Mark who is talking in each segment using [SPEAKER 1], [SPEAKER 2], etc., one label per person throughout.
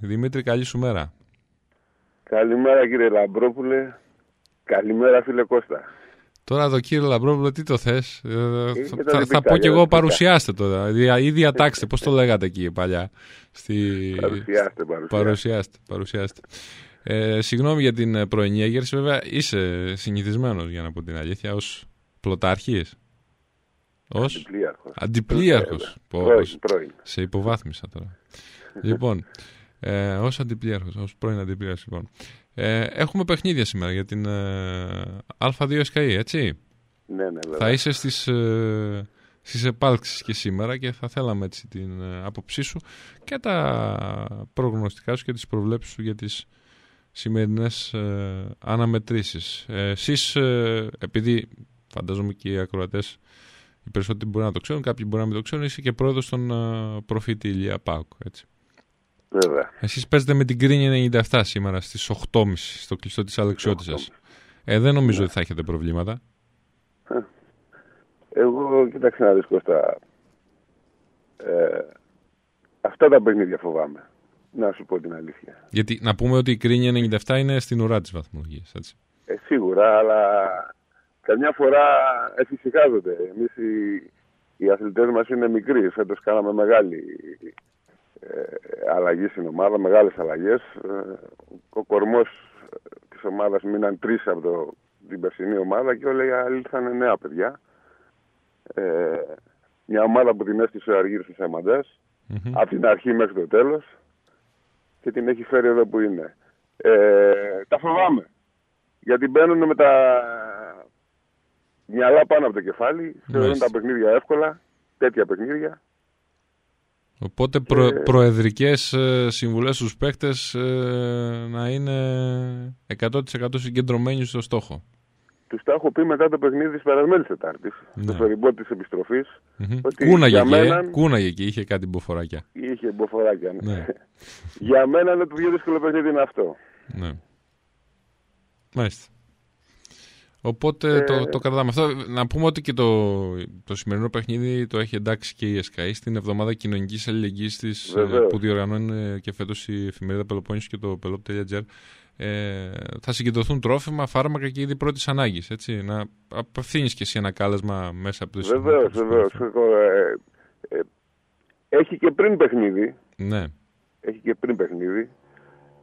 [SPEAKER 1] Δημήτρη, καλή σου μέρα.
[SPEAKER 2] Καλημέρα κύριε Λαμπρόπουλε. Καλημέρα φίλε Κώστα.
[SPEAKER 1] Τώρα το κύριε Λαμπρόπουλο, τι το θες. Θα,
[SPEAKER 2] και τα
[SPEAKER 1] θα,
[SPEAKER 2] διπλικά,
[SPEAKER 1] πω κι
[SPEAKER 2] για τα
[SPEAKER 1] εγώ
[SPEAKER 2] διπλικά.
[SPEAKER 1] παρουσιάστε τώρα. δια- Ή διατάξτε, πώς το λέγατε εκεί παλιά. Στη...
[SPEAKER 2] Παρουσιάστε, παρουσιάστε.
[SPEAKER 1] Παρουσιάστε, παρουσιάστε. Ε, συγγνώμη για την ε, πρωινή έγερση, βέβαια είσαι συνηθισμένος για να πω την αλήθεια, ως πλωτάρχης. Ως
[SPEAKER 2] Πλοίαρχος.
[SPEAKER 1] αντιπλήαρχο.
[SPEAKER 2] Ε, Πρώην, πρώην.
[SPEAKER 1] Σε υποβάθμισα τώρα. λοιπόν, ε, ως αντιπλήρχο, ως πρώην αντιπλήρχο, λοιπόν. Ε, έχουμε παιχνίδια σήμερα για την ε, Α2 SKE, έτσι.
[SPEAKER 2] Ναι, ναι, βέβαια.
[SPEAKER 1] Θα είσαι στις, ε, στις επάλξεις και σήμερα και θα θέλαμε έτσι την ε, άποψή σου και τα προγνωστικά σου και τις προβλέψεις σου για τις σημερινές ε, αναμετρήσεις. Ε, εσείς, ε, επειδή φαντάζομαι και οι ακροατές οι περισσότεροι μπορεί να το ξέρουν, κάποιοι μπορεί να μην το ξέρουν, είσαι και πρόεδρος των ε, προφήτη Ηλία Πάουκ, έτσι.
[SPEAKER 2] βέβαια.
[SPEAKER 1] Εσείς παίζετε με την Κρίνη 97 σήμερα στις 8.30 στο κλειστό της Αλεξιώτησας. Ε, δεν νομίζω ότι θα έχετε προβλήματα.
[SPEAKER 2] Εγώ, κοίταξε να δεις Κώστα. Ε, αυτά τα παιχνίδια φοβάμαι. Να σου πω την αλήθεια.
[SPEAKER 1] Γιατί να πούμε ότι η Κρίνη 97 είναι στην ουρά της βαθμολογίας.
[SPEAKER 2] Ε, σίγουρα, αλλά καμιά φορά εφησυχάζονται. Εμείς οι, οι αθλητές μας είναι μικροί. Φέτος κάναμε μεγάλη ε, αλλαγή στην ομάδα, μεγάλες αλλαγές. Ε, ο κορμός ε, της ομάδας μείναν τρεις από το, την περσινή ομάδα και όλα οι άλλοι ήρθαν νέα παιδιά. Ε, μια ομάδα που την έστησε ο Αργύρης Σαμαντάς από την αρχή μέχρι το τέλος και την έχει φέρει εδώ που είναι. Ε, τα φοβάμαι. Γιατί μπαίνουν με τα μυαλά πάνω από το κεφάλι, θεωρούν
[SPEAKER 1] Μάλιστα.
[SPEAKER 2] τα παιχνίδια εύκολα, τέτοια παιχνίδια.
[SPEAKER 1] Οπότε προ,
[SPEAKER 2] Ε.
[SPEAKER 1] προεδρικές ε, συμβουλές στους παίκτες ε, να είναι 100% συγκεντρωμένοι στο στόχο.
[SPEAKER 2] Τους τα έχω πει μετά το παιχνίδι της περασμένης Τετάρτης,
[SPEAKER 1] Ναι.
[SPEAKER 2] στο περιμπό της επιστροφής.
[SPEAKER 1] Μμμ.
[SPEAKER 2] Ότι
[SPEAKER 1] Κούναγε,
[SPEAKER 2] για
[SPEAKER 1] και,
[SPEAKER 2] μένα-
[SPEAKER 1] κούναγε και είχε κάτι μποφοράκια.
[SPEAKER 2] Είχε μποφοράκια. ναι.
[SPEAKER 1] Ναι.
[SPEAKER 2] για μένα είναι το πιο δύσκολο παιχνίδι είναι αυτό.
[SPEAKER 1] Ναι. Μάλιστα. Οπότε
[SPEAKER 2] Ε,
[SPEAKER 1] το, το κρατάμε αυτό. Να πούμε ότι και το, το σημερινό παιχνίδι το έχει εντάξει και η ΕΣΚΑΗ στην εβδομάδα κοινωνικής αλληλεγγύης της
[SPEAKER 2] Βεβαίως.
[SPEAKER 1] ε, που διοργανώνει ε, και φέτος η εφημερίδα Πελοπόννησος και το pelop.gr. Ε, θα συγκεντρωθούν τρόφιμα, φάρμακα και είδη πρώτης ανάγκης. Να απευθύνεις και εσύ ένα κάλεσμα μέσα από τις
[SPEAKER 2] Βεβαίω, βεβαίω. Ε, Έχει και πριν παιχνίδι.
[SPEAKER 1] Ναι.
[SPEAKER 2] Έχει και πριν παιχνίδι.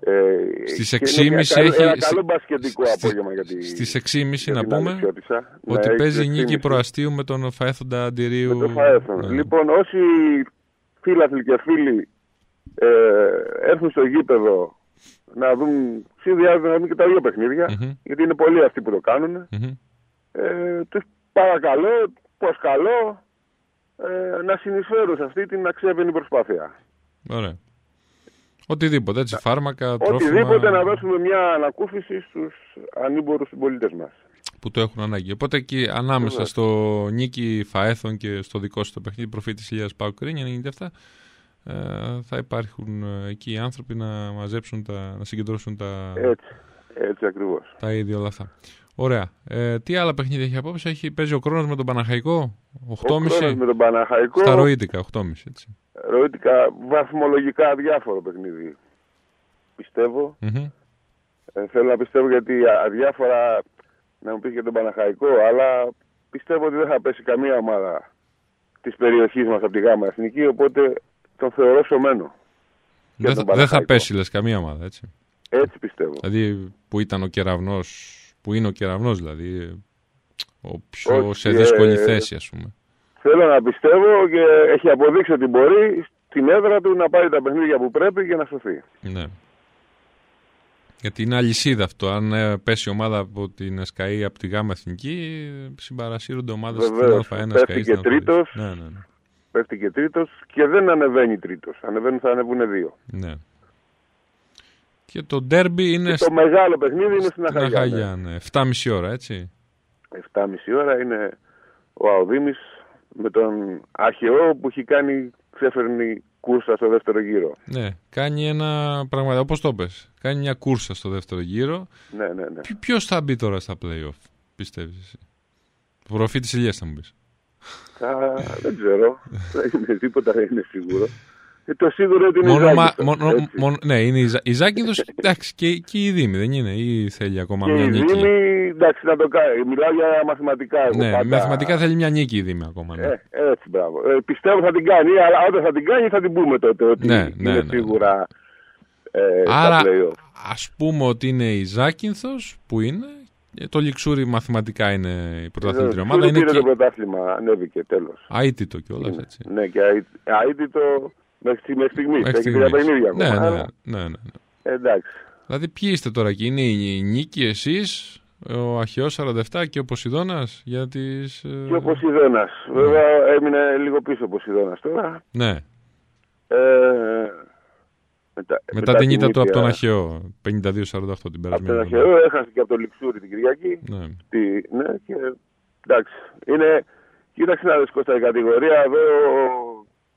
[SPEAKER 2] Ε,
[SPEAKER 1] Στις
[SPEAKER 2] και είναι μια
[SPEAKER 1] 6.30
[SPEAKER 2] καλό-
[SPEAKER 1] έχει-
[SPEAKER 2] Ένα καλό μπασκετικό
[SPEAKER 1] στις-
[SPEAKER 2] απόγευμα για τη.
[SPEAKER 1] Στις 6.30
[SPEAKER 2] για
[SPEAKER 1] να
[SPEAKER 2] την
[SPEAKER 1] πούμε
[SPEAKER 2] Αλεξιώτησα. Ναι,
[SPEAKER 1] ότι
[SPEAKER 2] έχει
[SPEAKER 1] παίζει
[SPEAKER 2] στις
[SPEAKER 1] νίκη
[SPEAKER 2] 6.30.
[SPEAKER 1] προαστίου με τον Φαέθοντα Αντιρίου.
[SPEAKER 2] Με το Φαέθον.
[SPEAKER 1] Ναι.
[SPEAKER 2] Λοιπόν, όσοι φίλαθλοι και φίλοι ε, έρθουν στο γήπεδο να δουν, συνδυάζουν να δουν και τα δύο παιχνίδια,
[SPEAKER 1] Μμμ.
[SPEAKER 2] γιατί είναι πολλοί αυτοί που το κάνουν.
[SPEAKER 1] Μμμ.
[SPEAKER 2] Ε, τους παρακαλώ, προσκαλώ ε, να συνεισφέρουν σε αυτή την αξιέπαινη προσπάθεια.
[SPEAKER 1] Ωραία. Οτιδήποτε, έτσι, φάρμακα, τρόφιμα.
[SPEAKER 2] Οτιδήποτε να δώσουμε μια ανακούφιση στους ανήμπορους συμπολίτες μας.
[SPEAKER 1] Που το έχουν ανάγκη. Οπότε εκεί ανάμεσα
[SPEAKER 2] Βεβαίως.
[SPEAKER 1] στο Νίκη Φαέθων και στο δικό σου το παιχνίδι, προφήτη Ηλία Πάου Κρίνια 97, ε, θα υπάρχουν ε, εκεί οι άνθρωποι να μαζέψουν, τα, να συγκεντρώσουν τα,
[SPEAKER 2] Έτσι, έτσι ακριβώς.
[SPEAKER 1] τα ίδια όλα αυτά. Ωραία. Ε, τι άλλα παιχνίδια έχει απόψε, έχει, παίζει ο Κρόνος με τον Παναχαϊκό,
[SPEAKER 2] Ο Κρόνος
[SPEAKER 1] 8.30,
[SPEAKER 2] με τον Παναχαϊκό,
[SPEAKER 1] στα Ροήτικα, 8.30 έτσι.
[SPEAKER 2] ροήτικα βαθμολογικά διάφορο παιχνίδι. Πιστεύω.
[SPEAKER 1] Μμμ.
[SPEAKER 2] Ε, θέλω να πιστεύω γιατί α- αδιάφορα να μου πεις για τον Παναχαϊκό, αλλά πιστεύω ότι δεν θα πέσει καμία ομάδα της περιοχής μας από τη Γάμα Εθνική, οπότε τον θεωρώ σωμένο. Για
[SPEAKER 1] Δεν θα- δεν
[SPEAKER 2] τον
[SPEAKER 1] θα
[SPEAKER 2] Παναχαϊκό.
[SPEAKER 1] πέσει, λες, καμία ομάδα, έτσι.
[SPEAKER 2] Έτσι πιστεύω.
[SPEAKER 1] Δηλαδή που ήταν ο κεραυνός, που είναι ο κεραυνός δηλαδή, ε, ο πιο
[SPEAKER 2] Όχι,
[SPEAKER 1] σε δύσκολη
[SPEAKER 2] ε,
[SPEAKER 1] θέση ας πούμε.
[SPEAKER 2] Θέλω να πιστεύω και έχει αποδείξει ότι μπορεί στην έδρα του να πάρει τα παιχνίδια που πρέπει και να σωθεί.
[SPEAKER 1] Ναι. Γιατί είναι αλυσίδα αυτό. Αν ε, πέσει η ομάδα από την ΣΚΑΗ από τη ΓΑΜΑ Εθνική, ε, συμπαρασύρονται ομάδες στην
[SPEAKER 2] Βεβαίως.
[SPEAKER 1] Α1
[SPEAKER 2] Πέφτει
[SPEAKER 1] ΣΚΑΗ.
[SPEAKER 2] και
[SPEAKER 1] στην Α2.
[SPEAKER 2] τρίτος.
[SPEAKER 1] Ναι, ναι, ναι.
[SPEAKER 2] Πέφτει και τρίτος και δεν ανεβαίνει τρίτος. Ανεβαίνουν, θα ανεβούν δύο.
[SPEAKER 1] ναι. Και το ντέρμπι είναι
[SPEAKER 2] Το μεγάλο παιχνίδι είναι στην
[SPEAKER 1] Ναι, στην
[SPEAKER 2] Αχαγιά. ναι.
[SPEAKER 1] Αχαγιά. Ναι. 7,5 ώρα, έτσι.
[SPEAKER 2] 7.30 ώρα είναι ο Αοδήμης με τον Αχαιό που έχει κάνει ξέφερνη κούρσα στο δεύτερο γύρο.
[SPEAKER 1] Ναι, κάνει ένα πραγματικά, όπως το πες, κάνει μια κούρσα στο δεύτερο γύρο
[SPEAKER 2] Ναι, ναι, ναι.
[SPEAKER 1] Ποιος θα μπει τώρα στα playoff, πιστεύεις εσύ. Το προφή τη ηλίας θα μου πεις.
[SPEAKER 2] Θα... δεν ξέρω. Δεν είναι τίποτα, δεν είναι σίγουρος. Ε, το σίγουρο είναι Ε,
[SPEAKER 1] Μόνο,
[SPEAKER 2] η
[SPEAKER 1] μα,
[SPEAKER 2] Ζάκυνθος,
[SPEAKER 1] μόνο,
[SPEAKER 2] έτσι.
[SPEAKER 1] μόνο- ναι, είναι η, Ζα- η Ζάκυνθος, εντάξει, και, και η Δήμη δεν είναι, ή θέλει ακόμα
[SPEAKER 2] Και
[SPEAKER 1] μια
[SPEAKER 2] η
[SPEAKER 1] νίκη.
[SPEAKER 2] Δήμη, εντάξει, να το κάνει. Μιλάω για μαθηματικά. εγώ
[SPEAKER 1] Ναι,
[SPEAKER 2] πάντα.
[SPEAKER 1] μαθηματικά θέλει μια νίκη η Δήμη ακόμα. Ναι.
[SPEAKER 2] Ε, έτσι, μπράβο. Ε, πιστεύω θα την κάνει, αλλά όταν θα την κάνει θα την πούμε τότε ότι
[SPEAKER 1] Ναι, ναι,
[SPEAKER 2] είναι
[SPEAKER 1] ναι.
[SPEAKER 2] σίγουρα ε,
[SPEAKER 1] Άρα,
[SPEAKER 2] στα play-off.
[SPEAKER 1] ας πούμε ότι είναι η Ζάκυνθος που είναι, ε, το Λιξούρι μαθηματικά είναι η πρωταθλήτρια
[SPEAKER 2] Σίγουρα
[SPEAKER 1] ομάδα, είναι
[SPEAKER 2] Ε, πήρε το
[SPEAKER 1] και
[SPEAKER 2] πρωτάθλημα, ανέβηκε τέλος.
[SPEAKER 1] αίτητο κιόλας, έτσι.
[SPEAKER 2] Ναι, και αίτ- αίτητο μέχρι στη- μέχρι στιγμής.
[SPEAKER 1] Μέχρι
[SPEAKER 2] Ε, Έχει τρία
[SPEAKER 1] στιγμής.
[SPEAKER 2] παιχνίδια
[SPEAKER 1] ναι,
[SPEAKER 2] ακόμα,
[SPEAKER 1] ναι, ναι,
[SPEAKER 2] αλλά,
[SPEAKER 1] ναι, ναι.
[SPEAKER 2] Εντάξει.
[SPEAKER 1] Δηλαδή, ποιοι είστε τώρα εκεί, είναι η Νίκη, εσείς, ο Αχαιός 47 και ο Ποσειδώνας για τις... ε,
[SPEAKER 2] Και ο Ποσειδώνας. Βέβαια έμεινε λίγο πίσω ο Ποσειδώνας τώρα.
[SPEAKER 1] Ναι,
[SPEAKER 2] Ε, μετά,
[SPEAKER 1] μετά την ήττα του από τον
[SPEAKER 2] Αχαιό.
[SPEAKER 1] Αχαιό, 52-48 την
[SPEAKER 2] Από τον
[SPEAKER 1] περασμένη. εβδομάδα.
[SPEAKER 2] Αχαιό έχασε και από τον Λιξούρη την Κυριακή.
[SPEAKER 1] Ναι.
[SPEAKER 2] Τι, ναι, και εντάξει. Είναι, κοίταξε να δεις Κώστα, η κατηγορία εδώ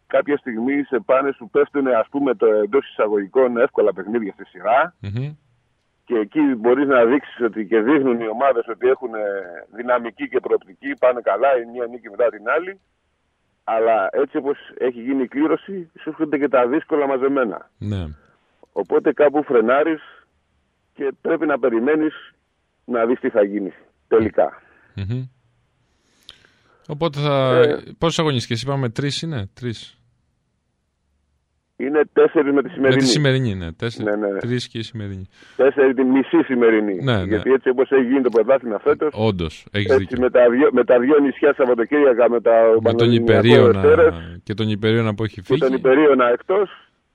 [SPEAKER 2] κάποια στιγμή σε πάνε σου πέφτουν ας πούμε το εντός εισαγωγικών εύκολα παιχνίδια στη σειρά
[SPEAKER 1] Ναι, Μμμ.
[SPEAKER 2] και εκεί μπορείς να δείξεις ότι και δείχνουν οι ομάδες ότι έχουν ε, δυναμική και προοπτική, πάνε καλά, η μία νίκη μετά την άλλη. Αλλά έτσι όπως έχει γίνει η κλήρωση, σου έρχονται και τα δύσκολα μαζεμένα.
[SPEAKER 1] ναι.
[SPEAKER 2] Οπότε κάπου φρενάρεις και πρέπει να περιμένεις να δεις τι θα γίνει τελικά.
[SPEAKER 1] Μμμ. Οπότε θα...
[SPEAKER 2] Ε.
[SPEAKER 1] Πόσες αγωνιστικές είπαμε, τρεις είναι, τρεις.
[SPEAKER 2] Είναι τέσσερις με
[SPEAKER 1] Με
[SPEAKER 2] τη
[SPEAKER 1] τη
[SPEAKER 2] σημερινή.
[SPEAKER 1] σημερινή, ναι, τέσσερις,
[SPEAKER 2] Ναι, ναι, ναι.
[SPEAKER 1] τρεις και η σημερινή.
[SPEAKER 2] Τέσσερι τη μισή σημερινή.
[SPEAKER 1] Ναι, ναι.
[SPEAKER 2] Γιατί έτσι όπως έχει γίνει το πρωτάθλημα φέτος,
[SPEAKER 1] Όντως, έχεις
[SPEAKER 2] έτσι
[SPEAKER 1] δίκιο.
[SPEAKER 2] με τα, δυο, με τα δυο νησιά Σαββατοκύριακα, με, τα,
[SPEAKER 1] Με
[SPEAKER 2] ο
[SPEAKER 1] τον
[SPEAKER 2] Πανελληνιακό
[SPEAKER 1] Υπερίωνα
[SPEAKER 2] Δευτέρας
[SPEAKER 1] και τον Υπερίωνα που έχει
[SPEAKER 2] και
[SPEAKER 1] φύγει.
[SPEAKER 2] τον Υπερίωνα εκτό,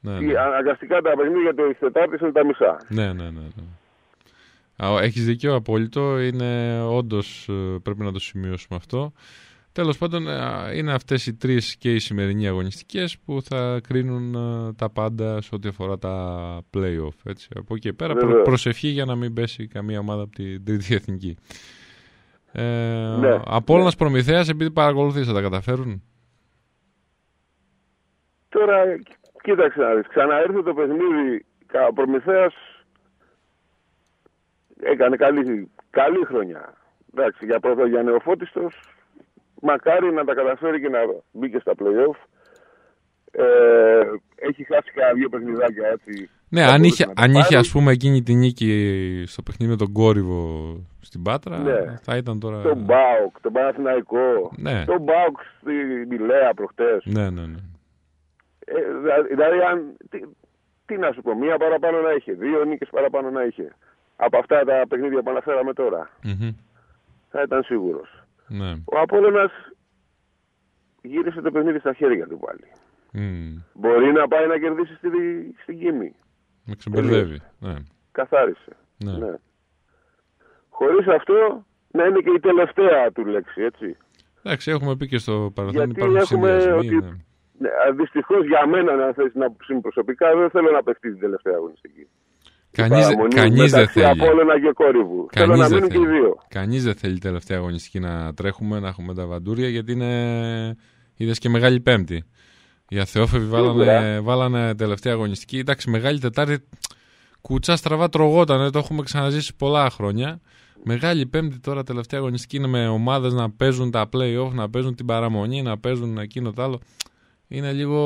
[SPEAKER 1] Ναι, ναι.
[SPEAKER 2] η- αναγκαστικά τα παιχνίδια του Τετάρτη είναι τα μισά.
[SPEAKER 1] Ναι, ναι, ναι. ναι. Α, έχεις δίκιο, απόλυτο. Είναι όντως, ε, πρέπει να το σημειώσουμε αυτό. Τέλος πάντων, ε, α, είναι αυτές οι τρεις και οι σημερινοί αγωνιστικές που θα κρίνουν ε, τα πάντα σε ό,τι αφορά τα play-off. Έτσι. Από εκεί και πέρα προ-
[SPEAKER 2] Βεβαίως.
[SPEAKER 1] προσευχή για να μην πέσει καμία ομάδα από την τρίτη εθνική. Ε,
[SPEAKER 2] Ναι,
[SPEAKER 1] από όλας Προμηθέας, επειδή παρακολουθείς, θα τα καταφέρουν.
[SPEAKER 2] Τώρα, κοίταξε να δεις. Ξαναέρθε το παιχνίδι. κα- Ο Προμηθέας έκανε καλή, καλή χρονιά. Εντάξει, για, πρώτο, για νεοφώτιστος, μακάρι να τα καταφέρει και να μπει και στα play-off. Ε, έχει χάσει κανένα δύο παιχνιδάκια έτσι.
[SPEAKER 1] Ναι,
[SPEAKER 2] Θα
[SPEAKER 1] αν
[SPEAKER 2] μπορούσε
[SPEAKER 1] είχε,
[SPEAKER 2] να το
[SPEAKER 1] αν είχε
[SPEAKER 2] πάρει.
[SPEAKER 1] ας πούμε εκείνη τη νίκη στο παιχνίδι με τον Κόρυβο στην Πάτρα,
[SPEAKER 2] Ναι.
[SPEAKER 1] θα ήταν τώρα...
[SPEAKER 2] Τον Μπάουκ, τον Παναθηναϊκό,
[SPEAKER 1] Ε. Ναι.
[SPEAKER 2] τον Μπάουκ στη Μιλέα προχτές.
[SPEAKER 1] Ναι, ναι, ναι.
[SPEAKER 2] Ε, δα- δηλαδή, αν, τι, τι να σου πω, μία παραπάνω να είχε, δύο νίκες παραπάνω να είχε. Από αυτά τα παιχνίδια που αναφέραμε τώρα,
[SPEAKER 1] Μμμ.
[SPEAKER 2] θα ήταν σίγουρος.
[SPEAKER 1] ναι.
[SPEAKER 2] Ο Απόλλωνας γύρισε το παιχνίδι στα χέρια του πάλι.
[SPEAKER 1] Μμ.
[SPEAKER 2] Μπορεί να πάει να κερδίσει στη, στην Κίμη.
[SPEAKER 1] Με ξεμπερδεύει. Ναι.
[SPEAKER 2] Καθάρισε.
[SPEAKER 1] Ναι.
[SPEAKER 2] Χωρίς αυτό να είναι και η τελευταία του λέξη, έτσι.
[SPEAKER 1] Εντάξει, έχουμε πει και στο παρελθόν
[SPEAKER 2] Γιατί
[SPEAKER 1] υπάρχουν
[SPEAKER 2] έχουμε
[SPEAKER 1] συνδυασμοί.
[SPEAKER 2] ότι-
[SPEAKER 1] ναι.
[SPEAKER 2] Ναι, Δυστυχώς για μένα, να θέσει την άποψή μου προσωπικά, δεν θέλω να παιχτεί την τελευταία αγωνιστική.
[SPEAKER 1] Κανείς,
[SPEAKER 2] Παραμονή
[SPEAKER 1] κανείς δεν
[SPEAKER 2] μεταξύ
[SPEAKER 1] θέλει.
[SPEAKER 2] Απόλλωνα και κόρυβου. θέλω να
[SPEAKER 1] Κανείς δεν
[SPEAKER 2] μείνουν και οι
[SPEAKER 1] θέλει.
[SPEAKER 2] δύο.
[SPEAKER 1] Κανείς δεν θέλει τελευταία αγωνιστική να τρέχουμε, να έχουμε τα βαντούρια, γιατί είναι... Είδες και Μεγάλη Πέμπτη. Οι αθεόφοβοι βάλανε, βάλανε τελευταία αγωνιστική. Εντάξει, Μεγάλη Τετάρτη κουτσά στραβά τρογότανε, το έχουμε ξαναζήσει πολλά χρόνια. Μεγάλη Πέμπτη τώρα τελευταία αγωνιστική είναι με ομάδες να παίζουν τα play-off, να παίζουν την παραμονή, να παίζουν εκείνο το άλλο. Είναι λίγο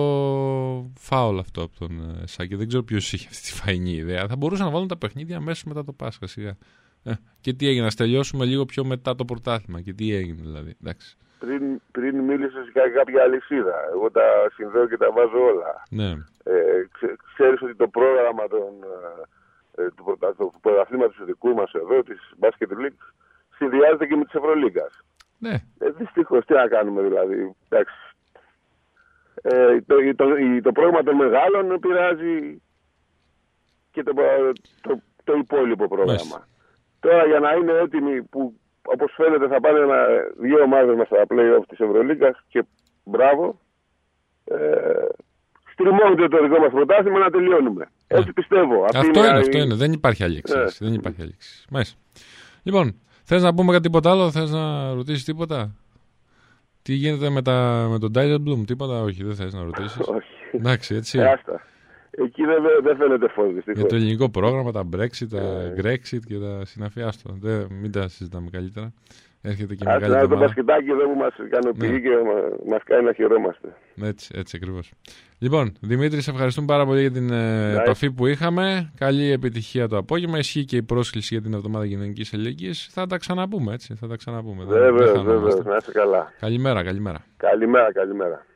[SPEAKER 1] φάουλ αυτό από τον ε, Σάκη. Δεν ξέρω ποιος είχε αυτή τη φαϊνή ιδέα. Θα μπορούσαν να βάλουν τα παιχνίδια αμέσως μετά το Πάσχα σιγά. Ε, και τι έγινε, ας τελειώσουμε λίγο πιο μετά το πρωτάθλημα. Και τι έγινε δηλαδή. Εντάξει.
[SPEAKER 2] Πριν, πριν μίλησες για κάποια αλυσίδα. Εγώ τα συνδέω και τα βάζω όλα.
[SPEAKER 1] Ναι,
[SPEAKER 2] Ε, ξε- ξέρεις ότι το πρόγραμμα των, ε, ε, του, πρωτα, του πρωταθλήματος του δικού μας εδώ, της Basket League, συνδυάζεται και με της Ευρωλίγκας.
[SPEAKER 1] ναι,
[SPEAKER 2] Ε, δυστυχώς, τι να κάνουμε δηλαδή. Εντάξει. Ε, το, η- το, η- το πρόγραμμα των μεγάλων πειράζει και το, το, το υπόλοιπο πρόγραμμα.
[SPEAKER 1] Μάλιστα.
[SPEAKER 2] Τώρα για να είναι έτοιμοι που όπως φαίνεται θα πάνε ένα, δύο ομάδες μας στα play-off της Ευρωλίγκας και μπράβο, ε, στριμώνεται το δικό μας πρωτάθλημα να τελειώνουμε. Έτσι πιστεύω. Αυτή
[SPEAKER 1] Ε. αυτό είναι,
[SPEAKER 2] η-
[SPEAKER 1] αυτό είναι. Δεν υπάρχει άλλη εξήγηση. Δεν υπάρχει άλλη εξήγηση. Μάλιστα. Λοιπόν, θες να πούμε κάτι τίποτα άλλο, θες να ρωτήσεις τίποτα. Τι γίνεται με, τα, με τον Tyler Bloom, τίποτα, όχι, δεν θες να ρωτήσεις.
[SPEAKER 2] Όχι.
[SPEAKER 1] Εντάξει, έτσι.
[SPEAKER 2] Ε, άστα. Εκεί δεν, δεν φαίνεται φως δυστυχώς.
[SPEAKER 1] Για το ελληνικό πρόγραμμα, τα Brexit, τα Grexit και τα συναφή. Άστο, δεν, μην τα συζητάμε καλύτερα. Έρχεται και
[SPEAKER 2] Ας
[SPEAKER 1] μεγάλη
[SPEAKER 2] να το
[SPEAKER 1] εβδομάδα.
[SPEAKER 2] μπασκετάκι εδώ που μας ικανοποιεί
[SPEAKER 1] Ναι.
[SPEAKER 2] και μα- μας κάνει να χαιρόμαστε.
[SPEAKER 1] Έτσι, έτσι ακριβώς. Λοιπόν, Δημήτρη, σε ευχαριστούμε πάρα πολύ για την ε,
[SPEAKER 2] Να-
[SPEAKER 1] επαφή που είχαμε. Καλή επιτυχία το απόγευμα. Ισχύει και η πρόσκληση για την εβδομάδα γενική ελληνική. Θα τα ξαναπούμε, έτσι. Θα τα ξαναπούμε. Δεν- δεν
[SPEAKER 2] Βέβαια,
[SPEAKER 1] χανόμαστε.
[SPEAKER 2] βέβαια, να είστε καλά.
[SPEAKER 1] Καλημέρα, καλημέρα.
[SPEAKER 2] Καλημέρα, καλημέρα.